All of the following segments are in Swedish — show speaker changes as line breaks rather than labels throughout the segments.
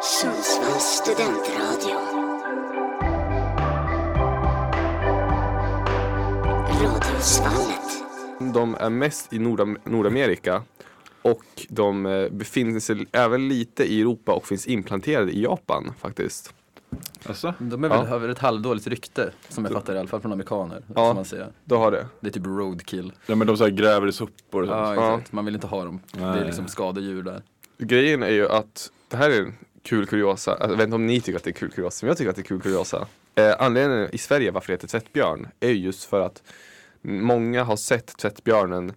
Sundsvalls studentradio. Radiosvallet.
De är mest i Nordam- Nordamerika och de eh, befinner sig även lite i Europa och finns implanterade i Japan faktiskt.
Alltså?
De är väl
Ja.
över ett halvdåligt rykte, som jag fattar i alla fall från amerikaner.
Ja.
Som man säger.
Du har det.
Det är typ roadkill.
Ja men de så här gräver i sopor och sånt.
Ja,
Ja.
exakt. Man vill inte ha dem. Det
Nej.
är liksom skadedjur där.
Grejen är ju att det här är en kul kuriosa. Alltså, jag vet inte om ni tycker att det är kul kuriosa, men jag tycker att det är kul kuriosa. Eh, anledningen i Sverige varför det heter tvättbjörn är ju just för att många har sett tvättbjörnen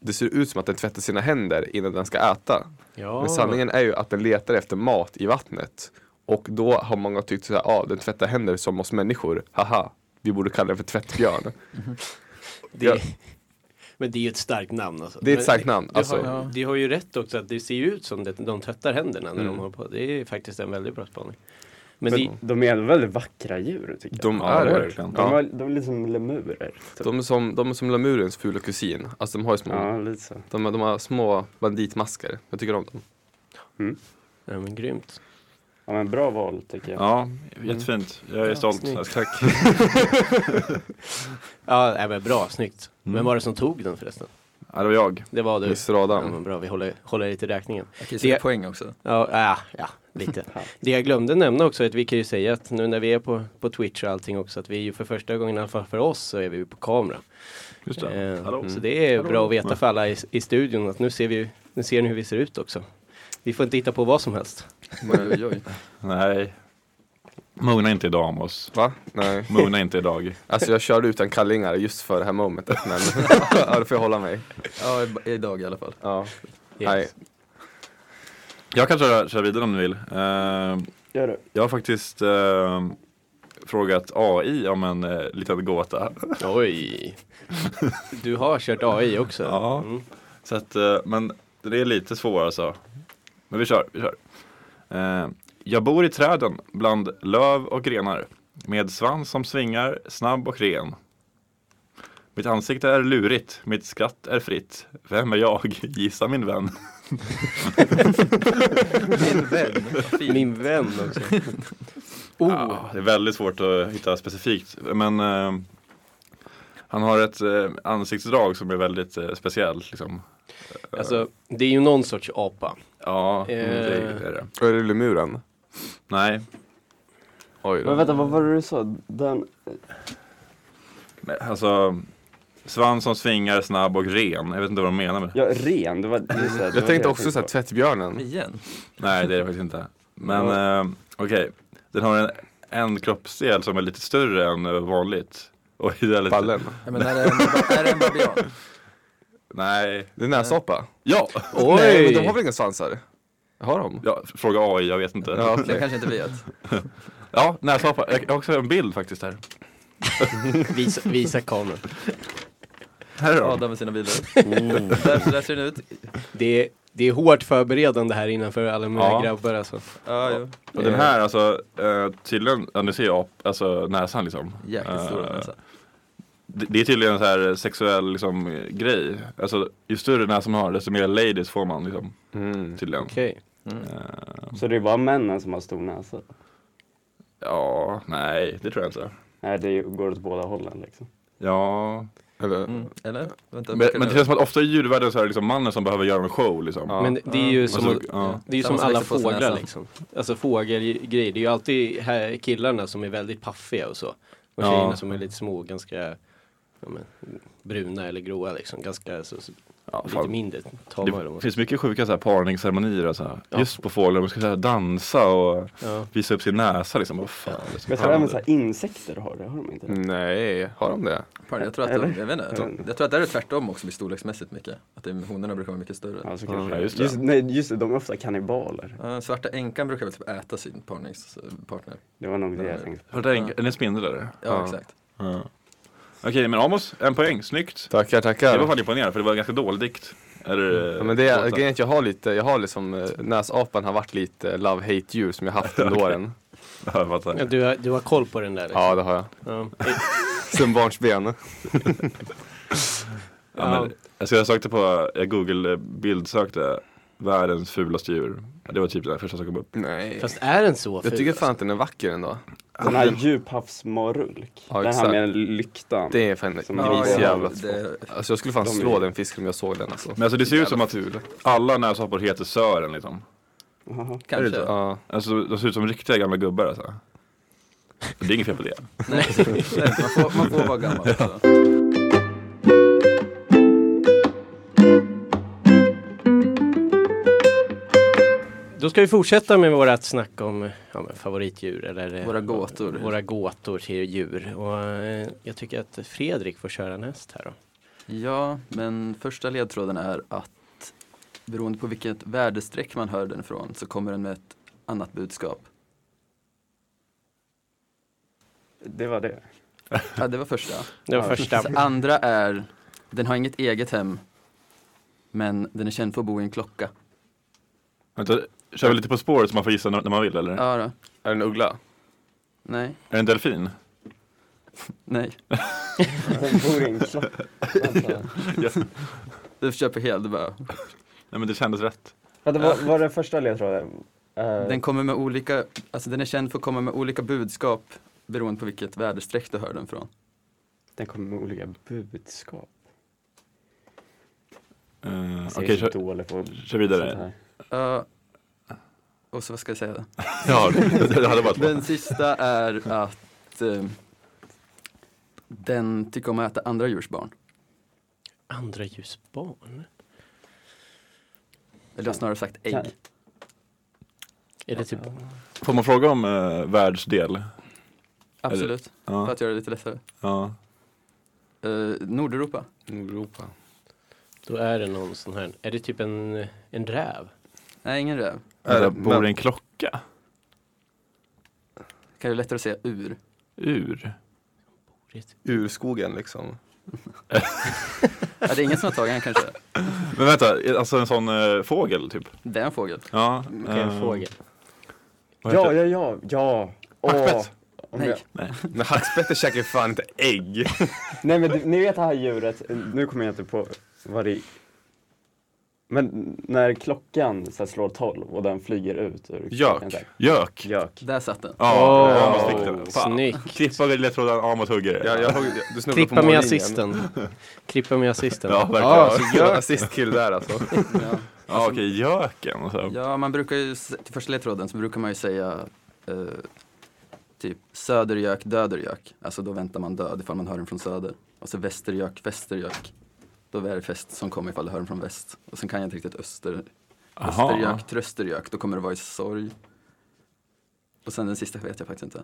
det ser ut som att den tvättar sina händer innan den ska äta.
Ja.
Men sanningen är ju att den letar efter mat i vattnet. Och då har många tyckt såhär, ja ah, den tvättar händer som oss människor, haha. Vi borde kalla den för tvättbjörn. Ja.
Det, men det är ju ett starkt namn alltså.
Det är ett
Men
starkt namn,
Du
alltså.
har, du har ju rätt också att det ser ju ut som det, de tvättar händerna när
Mm.
de håller på. Det är faktiskt en väldigt bra spaning. Men, det,
De är ändå väldigt vackra djur tycker jag.
De
Mm, Ja,
är det.
verkligen.
De,
Ja.
är, de är liksom lemurer. Typ.
De, är som, de är som lamurens fula kusin. Alltså de har ju små,
Ja, lite så.
de, har- de har små banditmasker. Jag tycker om dem.
ja, men grymt.
Ja, men bra val tycker jag.
Ja, jättefint. Jag är stolt. Alltså, Tack.
Ja, nej, men bra, snyggt.
Mm.
Vem var det som tog den förresten?
Ja, det var jag.
Det var du.
Mr Adam.
Ja, men bra, vi håller, håller lite räkningen.
Okej, så det är poäng också.
Ja, ja, ja lite. Det jag glömde nämna också är att vi kan ju säga att nu när vi är på, på Twitch och allting också att vi är ju för första gången i alla fall för oss så är vi ju på kamera.
Just
Eh,
det. Hallå.
Så det är bra att veta för alla i, i studion att nu ser, vi, ju- nu ser ni hur vi ser ut också. Vi får inte hitta på vad som helst.
Oj, oj, oj.
Nej. Mona inte idag Amos.
Va? Nej.
Mona inte idag.
Alltså jag körde utan kallingar just för det här momentet. Men ja, då får jag hålla mig.
Ja, i- idag i alla fall.
Ja.
Yes.
Nej.
Jag kan köra, köra vidare om ni vill. Eh,
Gör det.
jag har faktiskt eh, frågat AI om en eh, liten gåta.
Oj! Du har kört AI också?
Ja.
Mm.
Så att, eh, men det är lite svårare så. Men vi kör, vi kör. Eh, jag bor i träden bland löv och grenar. Med svans som svingar, snabb och ren. Mitt ansikte är lurigt, mitt skratt är fritt. Vem är jag? Gissa min vän.
Min vän. Vad fint.
Min vän också.
Ah, det är väldigt svårt att hitta specifikt. Men eh, han har ett eh, ansiktsdrag som är väldigt eh, speciellt. Liksom.
Alltså, det är ju någon sorts apa.
Ja, mm, det
Eh.
är det.
Och är det lemuren?
Nej,
Oj
Men
då.
vänta, vad var det du sa? Den...
Men, alltså, svans som svingar, snabb och ren. Jag vet inte vad de menar med det.
Ja, ren. Det var, det är så här, det var
Jag
det
tänkte också
tänkte
såhär
på.
tvättbjörnen.
Igen?
Nej, det är det faktiskt inte. Men eh, okej, den har en, en kroppsdel som är lite större än eh, vanligt. Och det är lite...
Ballen.
Ja, men är det en, är det en babian?
Nej.
Det är näsapa.
Ja!
Oj!
Nej men de har väl inga svansar? Har de?
ja! Fråga AI, jag vet inte.
Ja,
Ja,
Det
okej.
kanske inte vet.
näshapa. Jag jag har också en bild faktiskt här.
Visa, visa kameran.
Här är de.
Adam med sina bilar. Där, så där ser den ut.
Det är, det är hårt förberedande här innanför alla mina
Ja.
grabbar alltså.
Ja, jo.
Och den här alltså, eh, tydligen, ja, nu ser jag ap- alltså, näsan liksom.
Jäkligt alltså. stora
Eh,
näsa.
Det det är tydligen en så här sexuell liksom, eh, grej. Alltså, ju större näsa man har, desto mer ladies får man liksom,
Mm.
tydligen.
Okej.
Så det är bara männen som har stor näsa?
Ja, nej, det tror jag inte.
Nej, det går åt båda hållen liksom.
Ja,
Eller,
Mm. Eller? Vänta,
men,
vilken
men det
är
känns som att ofta i djurvärlden så är det liksom mannen som behöver göra en show liksom.
Ja.
Men det är ju
Och
som,
så, ja.
det är ju som
Samma som
alla
växer på sin
fåglar
näsa.
liksom. Alltså fågelgrejer. Det är ju alltid här killarna som är väldigt paffiga och så. Och
Ja.
tjejerna som är lite små, ganska ja, men, bruna eller gråa liksom. Ganska så, så,
Ja,
lite
fan.
mindre tama.
Det
de.
finns mycket sjuka så här parningsceremonier och så här.
Ja.
Just på fåglar, de ska så här dansa och
Ja.
visa upp sin näsa liksom. Vad fan, det är så
Men jag tror även så
spännande.
här insekter har det, har de inte det?
Mm. Nej, har de det?
Pardon, jag tror att, de, jag vet inte, jag tror, jag tror att det är tvärtom också med storleksmässigt mycket. Att det, honorna brukar vara mycket större.
Ja, så kanske.
Ja, just det.
Just, nej, just det, de är ofta kannibaler.
Ja, svarta änkan brukar väl typ äta sin parningspartner.
Det var nog det
Ja.
jag tänkte på.
Har du tänkt- Är det en spindel eller?
Ja,
Ja.
exakt.
Ja. Okej, men Amos, en poäng, snyggt.
Tackar, tackar.
Jag var fan imponerad för det var en ganska dålig dikt. Eller,
Ja, men det är,
låten.
grejen är att jag har lite, jag har liksom eh, näsapan har varit lite love-hate djur som jag haft under åren.
Ja, jag fattar.
Ja, du, har, du har koll på den där? Liksom.
Ja det har jag.
Ja.
Sen barnsben.
Ja, men, alltså jag sökte på, jag google bildsökte världens fulaste djur. Det var typ den första som kom upp.
Nej.
Fast är den så
jag
ful?
tycker fan att den är vacker ändå.
Den här djuphavsmarulk.
Ja,
den här
exakt.
med lyktan.
Det är fan
Som
Ja,
grisjävla
ja, det-
Alltså jag skulle fan
De är-
slå den fisken om jag såg den alltså.
Men alltså det ser ut som
Jävla
att alla näshoppor heter Sören liksom.
Jaha.
Kanske.
Är det så?
Ja.
Alltså de ser ut som riktiga gamla gubbar alltså. Det är inget fel på det.
Nej, nej, man, får, man får vara gammal. Alltså.
Då ska vi fortsätta med vårat snack om ja, men favoritdjur eller eh,
Våra gåtor.
våra gåtor till djur. Och eh, jag tycker att Fredrik får köra näst här då.
Ja, men första ledtråden är att beroende på vilket värdestreck man hör den ifrån så kommer den med ett annat budskap.
Det var det.
Ja, det var första.
Det var
Ja.
första.
Så andra är, den har inget eget hem, men den är känd för att bo i en klocka.
Vänta, kör vi lite på spåret så man får gissa när när man vill eller?
Ja, då.
Är det en uggla?
Nej,
Är det en delfin?
nej.
Den bor i en klocka. Vänta.
Du köper helt du bara.
Nej men det kändes rätt.
Vänta, vad var den första ledtråden? Eh,
Den kommer med olika, alltså den är känd för att komma med olika budskap beroende på vilket väderstreck du hör den från.
den kommer med olika budskap.
Uh,
Alltså,
Okej,
jag är så
kör,
dålig på
kör vidare.
sånt här.
Ja, Eh, och så vad ska jag säga?
Ja, jag hade bara två.
Den sista är att eh, den tycker om att äta andra djurs barn.
Andra ljusbarn?
Eller snarare sagt
Kan-
ägg.
Är det typ...
Får man fråga om eh, världsdel?
Absolut, för
Ja.
att göra det lite lättare.
ja.
Eh, Nordeuropa.
Nordeuropa.
Då är det någon sån här... Är det typ en, en räv?
Nej, ingen räv.
Är det,
Men-
bor en klocka?
Kan det lättare att säga ur.
Ur?
Urskogen liksom.
Ja, det är ingen som har tagit den kanske.
Men vänta, alltså en sån eh, fågel typ?
Det är en fågel.
Ja.
Okej, en
eh,
fågel.
vad heter
Ja, ja, ja, ja. Åh.
Hackspett.
Om
Nej.
jag-
Men hackspetten käkar ju fan inte ägg.
Nej men det, ni vet det här djuret, nu kommer jag inte på vad det är. Men när klockan så här, slår 12 och den flyger ut ur klockan,
Gök.
så här,
Gök.
Gök.
Där satt den.
Ja,
Åh,
Amos fick den. Fan.
Snyggt.
Klippa ledtråden, Amos hugger.
Jag, jag, högg- du snubblade på
Klippa med
mållinjen.
assisten. Klippa med assisten.
Ja, verkligen.
Ja, så gör assistkill där alltså.
Ja.
Ja, okej, göken. alltså. och Så.
ja, man brukar ju, s- till första ledtråden så brukar man ju säga eh, typ södergök, dödergök. Alltså då väntar man död ifall man hör den från söder. Och så västergök, västergök. Då är det fest som kommer ifall du hör den från väst. Och sen kan jag inte riktigt öster,
Aha.
östergök, tröstergök. Då kommer det vara i sorg. Och sen den sista vet jag faktiskt inte.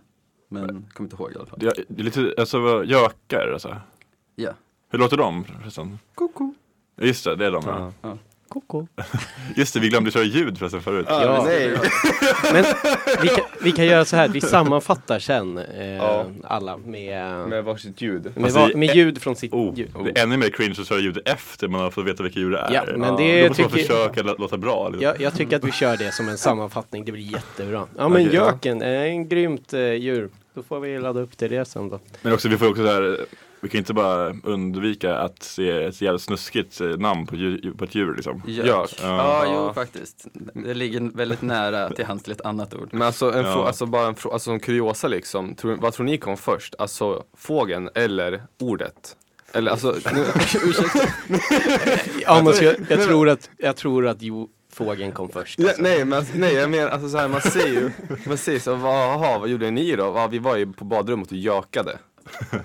Men jag kommer inte ihåg i alla fall.
Det är det är lite, alltså vad- gökar alltså.
Ja.
Hur låter de förresten?
Koko.
Ja, Just det, det är de ja.
Koko.
Just det, vi glömde köra ljud förresten förut.
Ja.
Nej.
Men vi kan, vi kan göra så här, vi sammanfattar sen eh,
Ja.
alla med, med,
Med varsitt ljud.
med,
Fast
va-
i-
med ljud från sitt
Oh,
ljud.
Det är ännu mer cringe att köra ljud efter man har fått veta vilka djur det är.
Ja, men det
Då måste man
tycker-
försöka lå- låta bra. Liksom.
Jag, jag tycker att vi kör det som en sammanfattning, det blir jättebra. Ja men
Okej, ja.
göken är en grymt eh, djur. Då får vi ladda upp till det sen då.
Men också, vi får också så här, vi kan inte bara undvika att se ett jävligt snuskigt eh, namn på, djur, på ett djur liksom.
Gök.
Gök. Ja.
Ja, jo faktiskt. Det ligger väldigt nära till hands till ett annat ord.
Men alltså, en frå-
Ja.
alltså bara en frå- alltså som kuriosa liksom. Tror, vad tror ni kom först? Alltså fågeln eller ordet? Eller alltså, nu,
Amos, jag, jag, tror, att, jag tror att jo, fågeln kom först.
Ja,
alltså.
nej, men, alltså- nej jag menar alltså så här, man ser ju, man ser så, vad, aha, vad gjorde ni då? Ja, vi var ju på badrummet och gökade.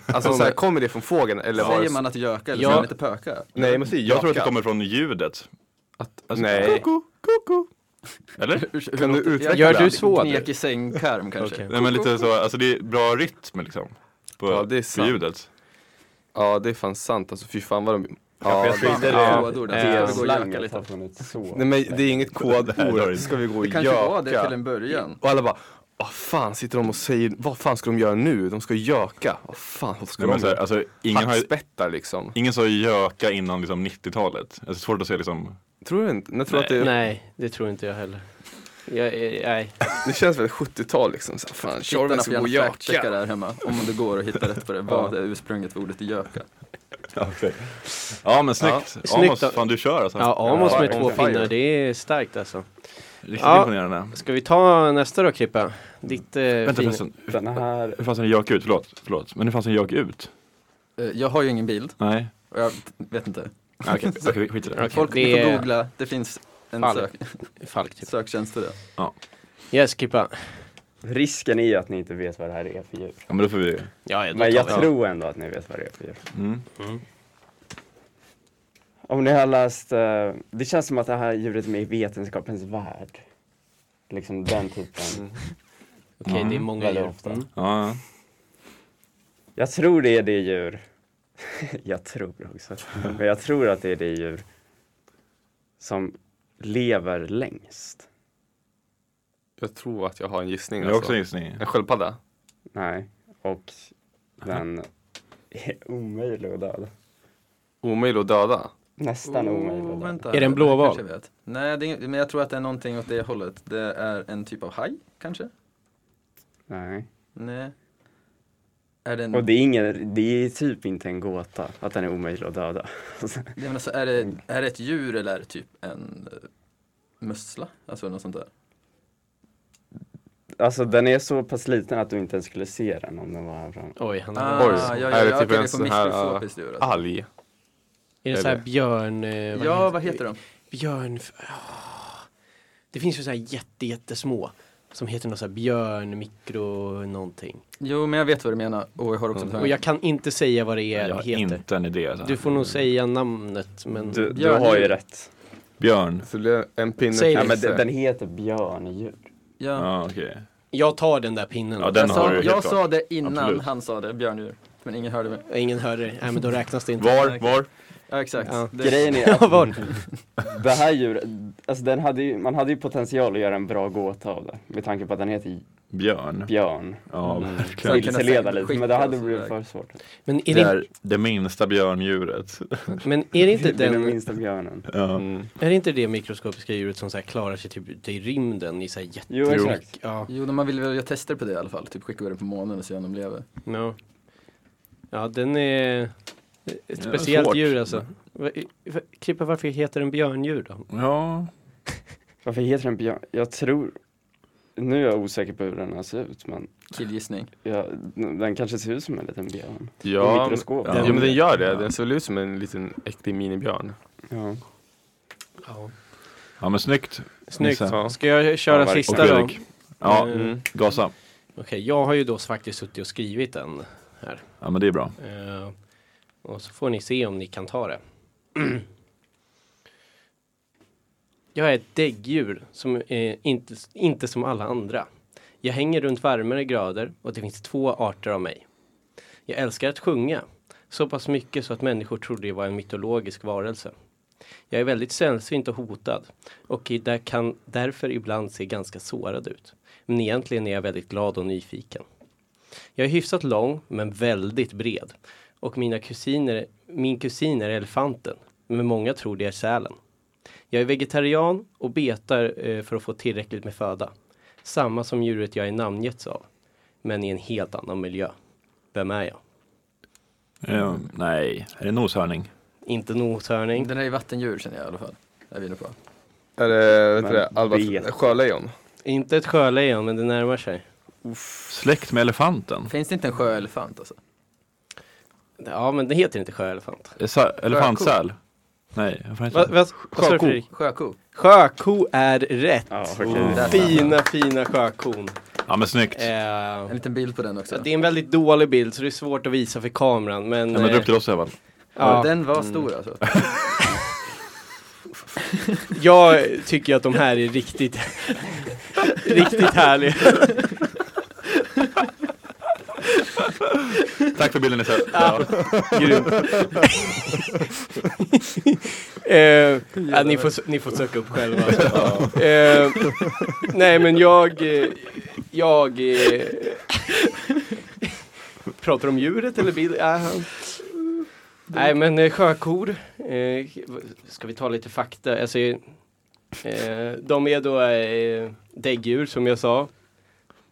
Alltså så här, kommer det från fågeln eller var det
Säger man att göka eller
Ja.
säger man inte pöka?
Nej man säger
Jag tror att det
jaka.
kommer från ljudet.
Att,
Alltså,
nej.
Koko, koko. Eller?
Urs-
Kan du
låter-
utveckla?
Gör du
jag-
så?
Knek i sängkarm kanske.
Okej.
Nej men lite så, alltså det är bra rytm liksom. På,
Ja, det är
på
sant.
ljudet.
Ja det är fan sant alltså fy fan vad de
Kanske
ja,
jag
det,
skiter
Det
i
är
Ja.
kodord,
Ja.
alltså. Det går att göka
Slanget har
lite.
funnits så.
Nej men det är inget
där har
kodord,
du-
ska vi gå och
Det
göka?
kanske var det till en början.
Och alla bara, vad fan sitter de och säger, vad fan ska de göra nu? De ska göka. Vad fan, vad ska
Nej, men
de
så här,
göra?
alltså, ingen, har, ju-
Hackspettar liksom.
ingen sa ju göka innan liksom 90-talet. Alltså svårt att se liksom.
Tror du inte? Jag tror
typ.
att det,
Nej, det tror inte jag heller. Jag, eh, nej.
det känns väl 70-tal liksom. Så här, fan,
Tittarna
Tjorven
får
ska gå och
gärna fact-checka
göka.
där hemma om det går att hitta rätt på det. Vad är ursprunget för ordet göka?
Ja, okej. ja men snyggt.
Ja.
Amos,
Snyggt.
fan du kör alltså.
Ja, Amos med
on
två
fire.
pinnar, det är starkt alltså.
Riktigt
Ja.
imponerande.
Ska vi ta nästa då Krippa? Ditt eh,
Vänta
fin-
förresten,
Den här,
hur fanns en jak ut? Förlåt, förlåt. Men hur fanns en jak ut?
Eh, Jag har ju ingen bild
Nej,
och jag vet inte.
Ah, okej, Okej, skit i det.
Okej,
Folk ni
det
får
är
googla, det finns en
Fall.
sök,
Falk typ.
söktjänst till det.
Yes Krippa.
risken är ju att ni inte vet vad det här är för djur.
Ja, men då får vi...
Ja, ja, då
Men
tar
jag
vi.
tror ändå att ni vet vad det är för djur.
Mm.
Om ni har läst, eh, det känns som att det här djuret är med i Vetenskapens Värld. Liksom den typen.
Mm. Okej, det är många
Väldigt
djur.
ofta.
Mm.
Ja, ja.
Jag tror det är det djur. jag tror också. Men jag tror att det är det djur som lever längst.
Jag tror att jag har en gissning.
jag har också
alltså.
en gissning.
En sköldpadda?
Nej. Och den är omöjlig att döda.
Omöjlig att döda?
Nästan omöjlig
Oh,
att döda.
vänta,
Är det en blåval?
kanske jag vet. Nej, det är, ing- men jag tror att det är någonting åt det hållet. Det är en typ av haj, kanske?
Nej.
Nej. Är det en,
Och det är, ingen, det är typ inte en gåta att den är omöjlig att döda.
Jag menar, så alltså, är, det, är det ett djur eller är det typ en eh, mussla? Alltså något sånt där.
Alltså den är så pass liten att du inte ens skulle se den om den var här framme.
Oj, han
Ah,
Oj,
ja, ja,
är det
ja,
typ
okej,
en
det får
sån här
mikroskopiskt djur, alltså.
alg?
Är det så här björn... Eh, vad
Ja, vad heter de?
Björn... ah. Det finns ju så här jätte, jättesmå. Som heter något så här björn, mikro, någonting.
Jo, men jag vet vad du menar. Och jag har också
Och jag kan inte säga vad det är
Jag
det
har
heter.
inte en idé. Alltså.
Du får nog säga namnet men...
Du, du
Björn-
har ju rätt.
Björn.
Så det är en pinne
Säg
Ja,
det.
till
men
sig.
den, den heter björndjur.
ja.
Ja, okej.
Jag tar den där pinnen.
Ja, den
jag
har
sa,
du helt
jag
klart.
sa det innan
Absolut.
han sa det, björndjur. Men ingen hörde mig.
Ingen hörde det. Nej men då räknas det inte.
Var, var?
Ja, exakt.
Ja.
Det,
Grejen är
Ja,
att
var.
det här djuret, alltså den hade ju, man hade ju potential att göra en bra gåta av det. Med tanke på att den heter
Björn.
björn.
Ja,
Mm.
verkligen.
Säkert.
Vilseleda lite, men det hade
Skickas
blivit
iväg.
för svårt.
Men är
Det
det,
är det minsta björndjuret.
men är det
Det
inte
är den
den...
minsta björnen.
Ja.
Mm.
Är det inte det mikroskopiska djuret som så här klarar sig typ ute i rymden i så här jätte...
Jo, exakt.
Ja,
Jo, men man vill väl göra tester på det i alla fall. Typ skicka iväg den på månen och se om de lever.
no. Ja, den är ett
Ja,
speciellt
svårt.
djur alltså. Va- i- va- Krippa, varför heter den björndjur då?
ja.
Varför heter den björn? Jag tror, nu är jag osäker på hur den här ser ut, men
Killgissning.
jag, den kanske ser ut som en liten björn. I
Ja, men-
mikroskop.
ja, men den gör det. Den ser väl ut som en liten äcklig minibjörn.
Ja.
Ja.
ja, men snyggt. Mm.
Snyggt.
Nisse.
Ja.
Ska jag köra
Ja, verkligen.
sista
Och
då?
Fredrik. Ja,
Eh, Okej,
gasa.
jag har ju då faktiskt suttit och skrivit den.
Ja, men det är bra.
Eh, och så får ni se om ni kan ta det. Jag är ett däggdjur som är inte, inte som alla andra. Jag hänger runt varmare grader och det finns två arter av mig. Jag älskar att sjunga, så pass mycket så att människor trodde jag var en mytologisk varelse. Jag är väldigt sällsynt och hotad och i- där kan därför ibland se ganska sårad ut. Men egentligen är jag väldigt glad och nyfiken. Jag är hyfsat lång, men väldigt bred. Och mina kusiner, min kusin är elefanten, men många tror det är sälen. Jag är vegetarian och betar eh, för att få tillräckligt med föda. Samma som djuret jag är namngetts av, men i en helt annan miljö. Vem är jag?
Eh, nej, är det noshörning?
Inte noshörning.
Den är ju vattendjur känner jag i alla fall. Jag vinner på.
Är det, vet du det,
Men
Albat
vet.
sjölejon?
Inte ett sjölejon, men det närmar sig.
Släkt med elefanten?
Finns det inte en sjöelefant alltså?
Ja, men det heter inte sjöelefant.
Eh, sa- Elefantsäl? Nej, vad fan
Va,
heter det?
va, vad sa du,
Sjöko.
Fredrik?
Sjöko?
Sjöko är rätt.
Ja, okej.
Där satt den.
Fina, fina sjökon.
Ja, men snyggt.
Eh,
En liten bild på den också.
Så det är en väldigt dålig bild så det är svårt att visa för kameran men...
Ja, men
eh,
det är upp till oss i alla fall.
ja,
Den var
Mm.
stor alltså.
jag tycker att de här är riktigt, riktigt härliga.
Tack för bilden Nisse. Ja.
Eh, ja, ni, får, s- ni får söka upp själva. Eh, nej men jag, eh, jag eh, pratar om djuret eller Äh, bil? Ja, han- nej men eh, sjökor, eh, ska vi ta lite fakta? Alltså, eh, de är då eh, däggdjur som jag sa.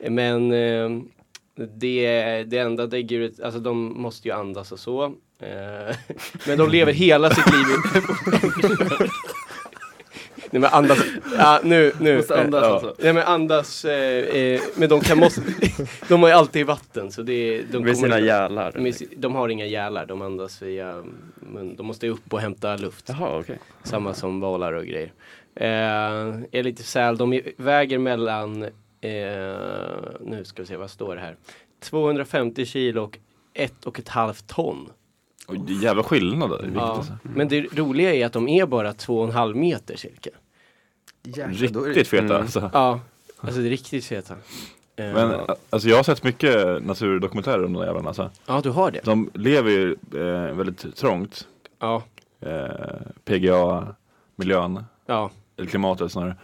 Men eh, det, det enda däggdjuret, alltså de måste ju andas och så. Eh, Men de lever hela sitt liv i... Nej men andas, ja, nu, nu.
Måste andas
Eh,
alltså.
Nej men andas, eh, eh, men de kan måste, de har ju alltid vatten så det är- de kommer
Med sina
inte-
gälar.
de, är- de har inga gälar, de andas via mun. De måste upp och hämta luft.
Jaha, okej.
Samma som valar och grejer. Eh, är lite säl, de är- väger mellan, eh, nu ska vi se vad står det här, 250 kilo och ett och ett halvt ton.
Oj, det är jävla skillnad där. Vilket,
Ja.
alltså.
Mm.
Men det roliga är att de är bara två och en halv meter cirka.
Jäklar, då är det-
Riktigt feta
Mm.
alltså.
Ja, alltså det är riktigt feta. Eh,
Men a- alltså jag har sett mycket naturdokumentärer om de där jävlarna alltså.
ja, du har det.
De lever ju eh, väldigt trångt.
Ja,
Eh, PGA, miljön,
ja,
eller klimatet snarare.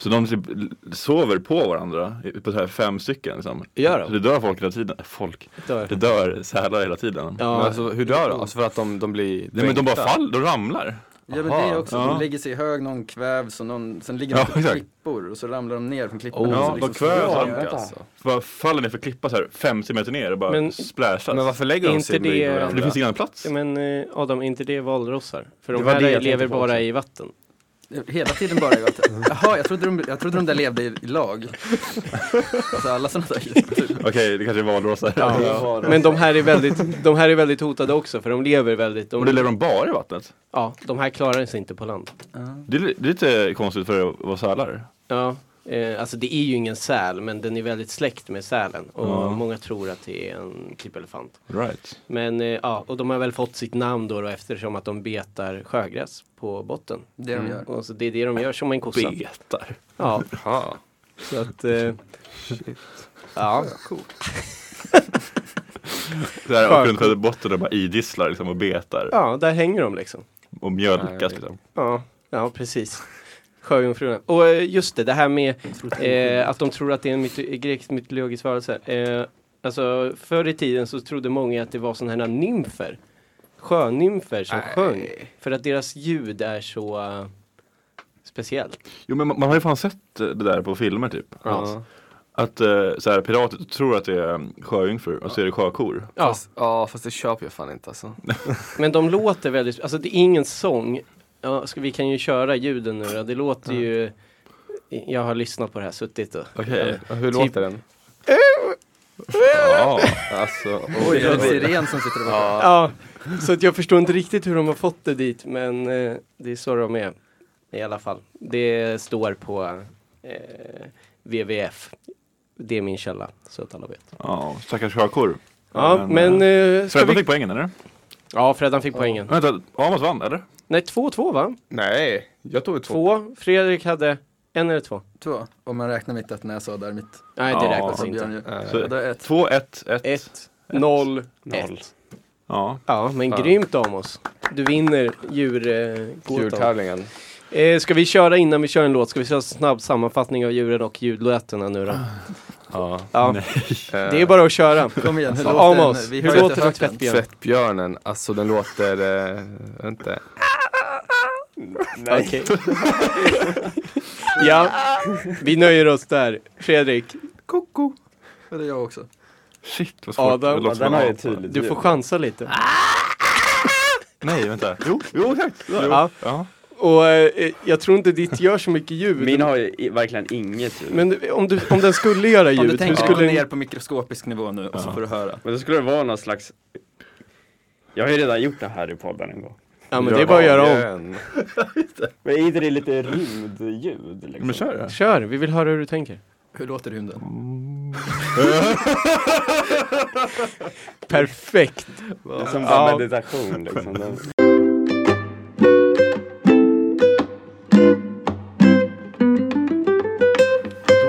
Så de typ l- sover på varandra, i- på så här fem stycken liksom.
Gör de?
Så det dör folk hela tiden. Folk. Det
dör.
dör sälar hela tiden.
Ja.
Men alltså, hur dör de? Alltså för att de, de blir
Nej men de bara
dränkta?
faller, de ramlar.
Ja men det är också,
Ja.
de lägger sig i hög, någon kvävs och någon, sen ligger
Ja,
de på
exakt.
klippor och så ramlar de ner från klipporna.
Oh,
och så
ja, de kvävs
slår
av
de.
Vänta.
alltså.
Bara faller ner för klippa så här 50 meter ner och bara
Men-
splashas.
Men varför lägger de
Inte
sig
det-
bredvid
För det
varandra?
finns ingen annan plats.
Ja, Men eh, Adam, är inte det valrossar? För
Det
de
var det jag
här
tänkte
lever
på
bara
också.
i vatten.
Hela tiden bara i vatten. Jaha, jag trodde, de, jag trodde de där levde i, i lag. Alltså alla sådana där typ.
Okej, det kanske är valrossar.
Ja. Men de här, är väldigt, de här är väldigt hotade också för de lever väldigt...
Och det
De,
lever de bara i vattnet?
ja, de här klarar sig inte på land.
Det är, li- det är lite konstigt för att vara sälar.
Ja, eh, alltså det är ju ingen säl men den är väldigt släkt med sälen och
Ja.
många tror att det är en klippelefant.
Right.
Men eh, ja, och de har väl fått sitt namn då, då eftersom att de betar sjögräs på botten.
Det de gör.
Och så det är det de gör som en kossa.
Betar.
Ja,
Ja.
så att... Eh, ja,
Så här, och runt på botten och bara idisslar liksom och betar.
ja, där hänger de liksom.
Och
Nej.
mjölkas liksom.
Ja, ja precis. Sjöjungfrun. Och eh, just det, det här med eh, att de tror att det är en myto- grekisk mytologisk varelse. Eh, alltså, förr i tiden så trodde många att det var sådana här nymfer. Sjönymfer som sjöng. För att deras ljud är så eh, speciellt.
Jo men man, man har ju fan sett eh, det där på filmer typ.
Ja.
Att eh, så här, pirater tror att det är eh, sjöjungfrur och så är det sjökor.
Ja,
Fast, ja, fast det köper jag fan inte alltså.
men de låter väldigt, alltså det är ingen sång. Ja, ska, vi kan ju köra ljuden nu då. Det låter ju, jag har lyssnat på det här, suttit och
Okej.
Hur
Typ-
låter den?
Ja, alltså.
Oj, det är en siren som sitter där borta.
Ja, så att jag förstår inte riktigt hur de har fått det dit, men eh, det är så de är i alla fall. Det står på eh, WWF. Det är min källa, så att alla vet.
Ja, stackars sjökor.
Ja, men...
eh,
Eh, ska
Freddan
vi...
fick poängen eller?
Ja, Freddan fick poängen.
Vänta, Amos vann eller?
Nej, 2-2 va?
Nej, jag tog två.
Två. Fredrik hade en eller två?
Två, om man räknar mitt att när jag sa där mitt.
Nej, det
Ja,
räknas
Som Björn
inte.
gör.
Eh,
Så-
Ja, då är ett.
2-1-1.
1, 0, 1.
Ja.
Ja, men
Ja.
grymt Amos. Du vinner djurgåtan.
Djurtävlingen.
Eh, ska vi köra innan vi kör en låt? Ska vi köra en snabb sammanfattning av djuren och ljudlåtarna nu då?
Ja.
Ja, det är bara att köra.
Kom igen, hur
Så,
låter den?
Amos,
Vi
hur
hör
låter
jättehögt den.
Tvättbjörn?
Tvättbjörnen, alltså den låter... Eh, vänta.
Nej. ja, vi nöjer oss där. Fredrik,
Koko.
Det är jag också.
Shit vad svårt.
Adam, typ-
Det
Ja,
låter som
den
en
har ju
apa.
tydligt
du får chansa lite.
Nej, vänta. Jo, jo exakt. Jo.
Ja,
Ja.
och eh, jag tror inte ditt gör så mycket ljud.
Min har ju i- verkligen inget ljud. Men,
Men om, du, om den skulle göra
Om du
ljud, hur
tänker gå
skulle
ner
den...
på mikroskopisk nivå nu och så
Ja.
får du höra.
då skulle det vara någon slags... Jag har ju redan gjort det här i podden en gång.
Ja men det är bara att göra om.
om.
Men är inte det lite rymdljud? Liksom?
Men kör det.
Kör, vi vill höra hur du tänker.
Hur låter rymden?
Perfekt.
Det är Som
Ja.
bara meditation liksom. Den-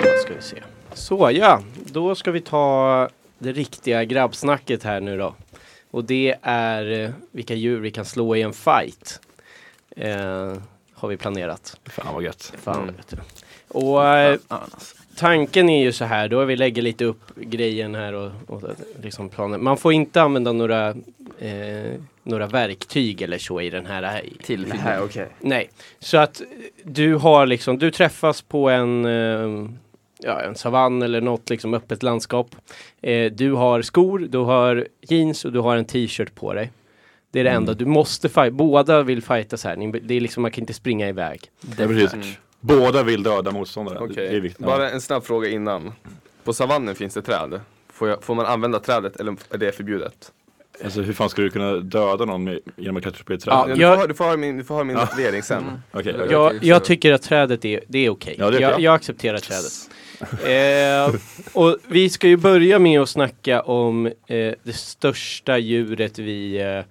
Då ska vi se. Så ja, då ska vi ta det riktiga grabbsnacket här nu då. Och det är eh, vilka djur vi kan slå i en fight. Eh, har vi planerat.
Fan vad gött.
Fan, vet du. Och eh,
Ananas.
tanken är ju så här, då vi lägger lite upp grejen här och, och liksom planen. Man får inte använda några, eh, några verktyg eller så i den här.
Tillfyllning.
Nej, okej.
Nej, så att eh, du har liksom, du träffas på en, eh, ja, en savann eller något liksom öppet landskap. Eh, du har skor, du har jeans och du har en t-shirt på dig. Det är det enda, du måste fight. båda vill fighta så här. Ni- Det är liksom, man kan inte springa iväg.
Ja, precis. Båda vill döda motståndare. Det är
Okej,
viktigt.
bara en snabb fråga innan. På savannen finns det träd. Får, jag, får man använda trädet eller är det förbjudet?
Alltså hur fan ska du kunna döda någon med, genom att klättra upp i ett träd?
Ja,
Ja,
jag- Mm.
du, får, ha- du får ha min, du får ha min motivering sen.
Okej, okej.
Jag,
okej,
jag
så-
tycker att trädet är, det är okej.
Ja, det är
jag,
bra.
jag accepterar trädet. Eh, och vi ska ju börja med att snacka om eh, det största djuret vi eh,